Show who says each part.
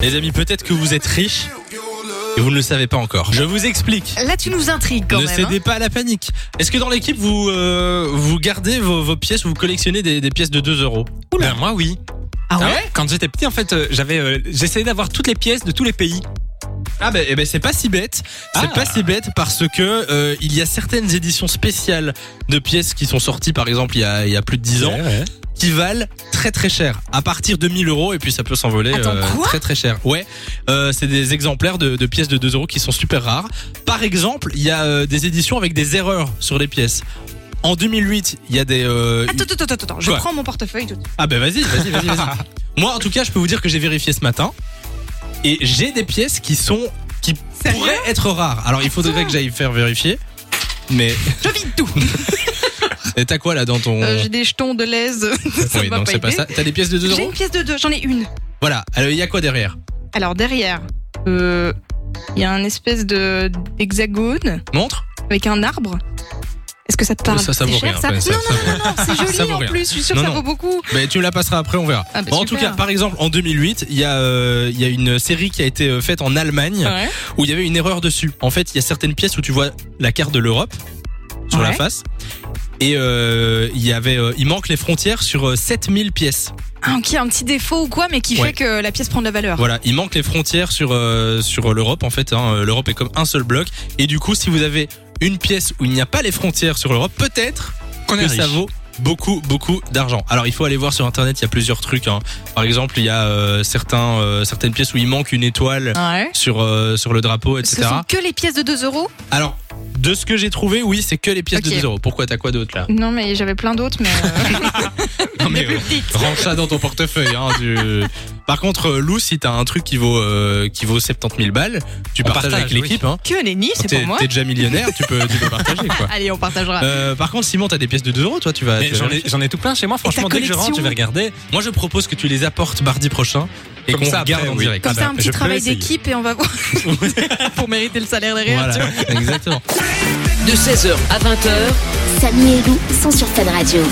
Speaker 1: Les amis, peut-être que vous êtes riche et vous ne le savez pas encore. Je vous explique.
Speaker 2: Là, tu nous intrigues quand
Speaker 1: ne
Speaker 2: même. hein.
Speaker 1: cédez pas à la panique. Est-ce que dans l'équipe, vous, euh, vous gardez vos, vos pièces, vous collectionnez des, des pièces de 2 euros
Speaker 3: Ben, moi oui.
Speaker 2: hein. Ah ouais
Speaker 3: Quand j'étais petit en fait euh, j'avais euh, j'essayais d'avoir toutes les pièces de tous les pays.
Speaker 1: Ah ben, eh ben, c'est pas si bête. C'est
Speaker 3: Ah.
Speaker 1: pas si bête parce que euh, il y a certaines éditions spéciales de pièces qui sont sorties, par exemple, il y a, il y a plus de 10 ans, qui valent très très cher. À partir de 1000 euros et puis ça peut s'envoler euh,
Speaker 2: Attends, quoi
Speaker 1: très très cher. Ouais, euh, c'est des exemplaires de, de pièces de 2 euros qui sont super rares. Par exemple, il y a euh, des éditions avec des erreurs sur les pièces. En 2008, il y a des... euh,
Speaker 2: Attends, attends, attends, attends, je
Speaker 1: Quoi
Speaker 2: prends mon portefeuille. tout de suite.
Speaker 1: ah ben vas-y, vas-y, vas-y, vas-y. Moi en tout cas, je peux vous dire que j'ai vérifié ce matin et j'ai des pièces qui sont qui
Speaker 2: Sérieux
Speaker 1: pourraient être rares. Alors il faudrait que j'aille faire vérifier. Mais
Speaker 2: Je vide tout.
Speaker 1: Et t'as quoi là dans ton
Speaker 2: Euh, J'ai des jetons de l'aise. ça
Speaker 1: Oui,
Speaker 2: m'a
Speaker 1: non,
Speaker 2: pas
Speaker 1: c'est pas
Speaker 2: aidé.
Speaker 1: ça. T'as des pièces de 2
Speaker 2: J'ai
Speaker 1: euros
Speaker 2: une pièce de deux, j'en ai une.
Speaker 1: Voilà. Alors il y a quoi derrière
Speaker 2: Alors derrière, euh, il y a un espèce de d'hexagone
Speaker 1: Montre
Speaker 2: avec un arbre. Est-ce que ça te parle
Speaker 1: Ça, ça
Speaker 2: C'est
Speaker 1: vaut
Speaker 2: cher,
Speaker 1: rien,
Speaker 2: ça
Speaker 1: ouais, ça-
Speaker 2: Non,
Speaker 1: ça vaut
Speaker 2: non, non, non, c'est joli
Speaker 1: Ça vaut
Speaker 2: en
Speaker 1: rien.
Speaker 2: plus. Je suis sûre que
Speaker 1: Non,
Speaker 2: ça
Speaker 1: non.
Speaker 2: vaut beaucoup.
Speaker 1: Mais tu me la passeras après, on verra.
Speaker 2: Ah, bah,
Speaker 1: Bon, en tout
Speaker 2: super.
Speaker 1: cas, par exemple, en 2008, il y a euh, il y a une série qui a été euh, faite en Allemagne
Speaker 2: Ouais.
Speaker 1: où il y avait une erreur dessus. En fait, il y a certaines pièces où tu vois la carte de l'Europe sur la
Speaker 2: Ouais.
Speaker 1: face. Et euh, il y avait, euh, il manque les frontières sur euh, 7000 pièces.
Speaker 2: Ah, ok, un petit défaut ou quoi, mais qui
Speaker 1: Ouais.
Speaker 2: fait que la pièce prend de la
Speaker 3: Ah.
Speaker 2: valeur.
Speaker 1: Voilà, il manque les frontières sur euh, sur l'Europe en fait. hein. Euh, L'Europe est comme un seul bloc. Et du coup, si vous avez une pièce où il n'y a pas les frontières sur l'Europe, peut-être
Speaker 3: Qu'on est
Speaker 1: que ça
Speaker 3: riche.
Speaker 1: vaut beaucoup beaucoup d'argent. Alors il faut aller voir sur internet, il y a plusieurs trucs. hein. Par exemple, il y a euh, certains euh, certaines pièces où il manque une étoile
Speaker 2: Ah Ouais.
Speaker 1: sur euh, sur le drapeau,
Speaker 2: Ce
Speaker 1: etc.
Speaker 2: sont que les pièces de 2 euros
Speaker 1: Alors, de ce que j'ai trouvé, oui, c'est que les pièces
Speaker 2: Ok.
Speaker 1: de 2 euros. Pourquoi t'as quoi d'autre là
Speaker 2: Non, mais j'avais plein d'autres, mais. euh,
Speaker 1: Non,
Speaker 2: mais
Speaker 1: mais,
Speaker 2: plus
Speaker 1: euh,
Speaker 2: petites.
Speaker 1: range ça dans ton portefeuille. Hein, tu- Par contre, euh, Lou, si t'as un truc qui vaut euh, qui vaut 70 000 balles, tu
Speaker 3: On
Speaker 1: partages
Speaker 3: partage,
Speaker 1: avec l'équipe. Hein.
Speaker 2: Que nenni, c'est
Speaker 1: T'es
Speaker 2: pour moi.
Speaker 1: t'es déjà millionnaire, tu peux, tu peux partager quoi.
Speaker 2: Allez, on partagera.
Speaker 1: Euh, par contre, Simon, t'as des pièces de 2 euros, toi, tu vas.
Speaker 3: Mais
Speaker 1: tu vas
Speaker 3: j'en ai
Speaker 1: vérifier.
Speaker 3: j'en ai tout plein chez moi franchement dès que je rentre je vais regarder.
Speaker 1: Moi, je propose que tu les apportes mardi prochain et
Speaker 3: Comme
Speaker 1: qu'on
Speaker 3: ça,
Speaker 1: regarde
Speaker 3: après,
Speaker 1: en
Speaker 3: oui.
Speaker 1: direct.
Speaker 2: Comme ça,
Speaker 3: Ah bah,
Speaker 2: un petit
Speaker 3: je peux
Speaker 2: travail
Speaker 3: essayer.
Speaker 2: d'équipe et on va voir pour mériter le salaire derrière. tu vois.
Speaker 1: Voilà, exactement.
Speaker 4: de 16h à 20h.
Speaker 5: Samy et Lou sont sur Fan Radio.